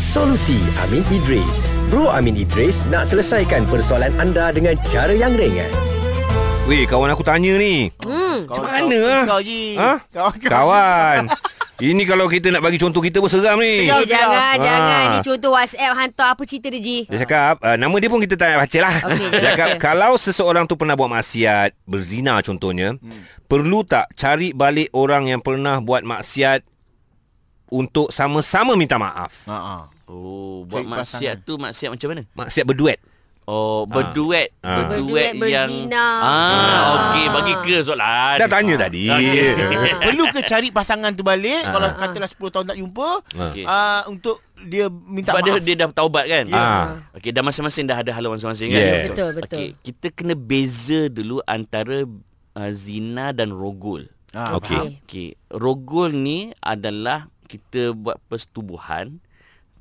Solusi Amin Idris Bro Amin Idris nak selesaikan persoalan anda dengan cara yang ringan. Weh, kawan aku tanya ni. Hmm. Macam mana ah? Oh, Kau je. Ha? Kau, kau. Kawan. Ini kalau kita nak bagi contoh kita pun seram ni. Seram. Eh, jangan, Ah. jangan. Ni contoh WhatsApp hantar apa cerita dia, Ji? Dia cakap uh, Nama dia pun kita tak nak baca lah Okey, Dia je, cakap je. Kalau seseorang tu pernah buat maksiat Berzina contohnya hmm. Perlu tak cari balik orang yang pernah buat maksiat Untuk sama-sama minta maaf Ha ah. Oh, buat Cari maksiat tu maksiat macam mana? Maksiat berduet Oh, berduet. Ah. Berduet, Berduet, yang berzina. Ah, Ah. okey, bagi ke soalan. Dah tanya tadi Perlu ke cari pasangan tu balik Ah. Ha. Kalau katalah 10 tahun tak jumpa Okey. ah, Untuk dia minta Ha. Sebab dia, maaf dia dah taubat kan? Ya. Ah. Okey, dah masing-masing dah ada haluan masing-masing Yes. kan? Betul, betul. Okey, kita kena beza dulu antara uh, zina dan rogol. Ah, Okey Okey, rogol ni adalah kita buat persetubuhan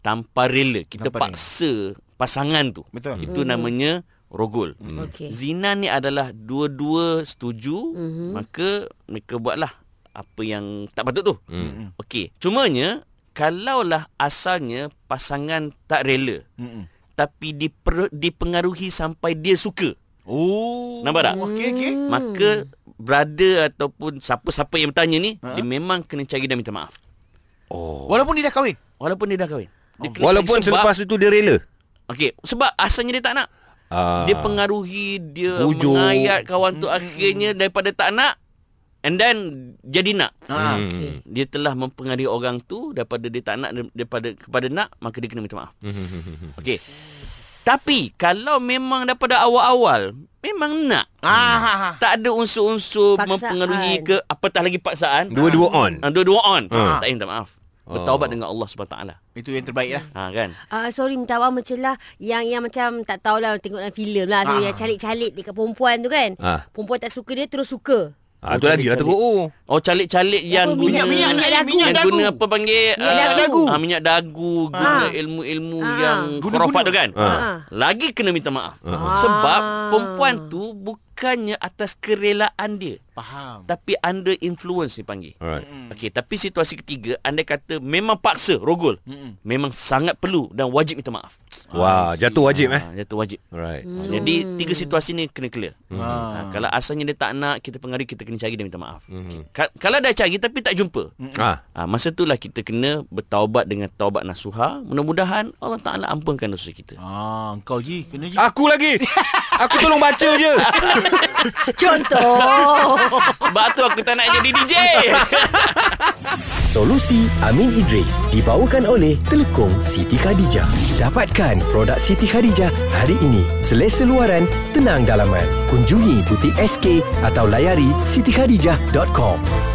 tanpa rela. Kita Tanpa tanpa paksa rela. pasangan tu. Betul. Itu namanya rogol. Okey. Zina ni adalah dua-dua setuju, mm-hmm. maka mereka buatlah apa yang tak patut tu. Hmm. Mm. Okey, cumanya kalaulah asalnya pasangan tak rela Hmm. Mm-mm. tapi diper, dipengaruhi sampai dia suka. Oh Nampak tak? Okey okey Maka brother ataupun siapa-siapa yang bertanya ni ha? Dia memang kena cari dan minta maaf Hmm. Walaupun dia dah kahwin Walaupun dia dah kahwin dia kena Oh. Walaupun cari sebab, selepas itu dia rela Okey, sebab asalnya dia tak nak Ah. Dia pengaruhi Dia Bujuk. mengayat kawan tu Akhirnya Hmm. daripada tak nak And then Jadi nak Ah. Okey. Hmm. Dia telah mempengaruhi orang tu Daripada dia tak nak Daripada kepada nak Maka dia kena minta maaf Hmm. Okey Tapi Kalau memang daripada awal-awal Memang nak Ah, ha, ha. tak ada unsur-unsur Paksaan. mempengaruhi ke apatah lagi paksaan. Dua-dua on Ah, dua-dua on. Ah. Oh. Tak minta maaf. Bertaubat dengan Allah SWT. Ha Itu yang terbaik lah kan? Ah, sorry minta maaf macam lah Yang yang macam tak tahulah Tengok dalam filem lah tu, Ah. Yang calik-calik dekat perempuan tu kan Ah. Perempuan tak suka dia terus suka Ah, tu lagi lah teruk oh. Oh calik-calik yang Apa, guna minyak-minyak ni, yang minyak dagu. guna apa panggil Minyak ah, dagu. ah, minyak dagu guna ilmu-ilmu Ah. yang Guna-guna. khurafat tu kan Ah. lagi kena minta maaf sebab perempuan tu bukannya atas kerelaan dia Faham tapi under influence dipanggil Alright. Okey, tapi situasi ketiga anda kata memang paksa rogol. Mm-mm. Memang sangat perlu dan wajib minta maaf. Wah, jatuh wajib eh. Ha, jatuh wajib. Alright. Hmm. Jadi tiga situasi ni kena clear. Ah. Ha, kalau asalnya dia tak nak kita pengaruh kita kena cari dia minta maaf. Okey. Ka- kalau dah cari tapi tak jumpa. Ah. Ha, masa itulah kita kena bertaubat dengan taubat nasuha. Mudah-mudahan Allah Taala ampunkan dosa kita. Ah, kau je kena je. Aku lagi. Aku tolong baca je. Contoh Sebab tu aku tak nak jadi DJ. Solusi Amin Idris dibawakan oleh Telukong Siti Khadijah. Dapatkan produk Siti Khadijah hari ini. Selesa luaran, tenang dalaman. Kunjungi butik SK atau layari sitikhadijah.com.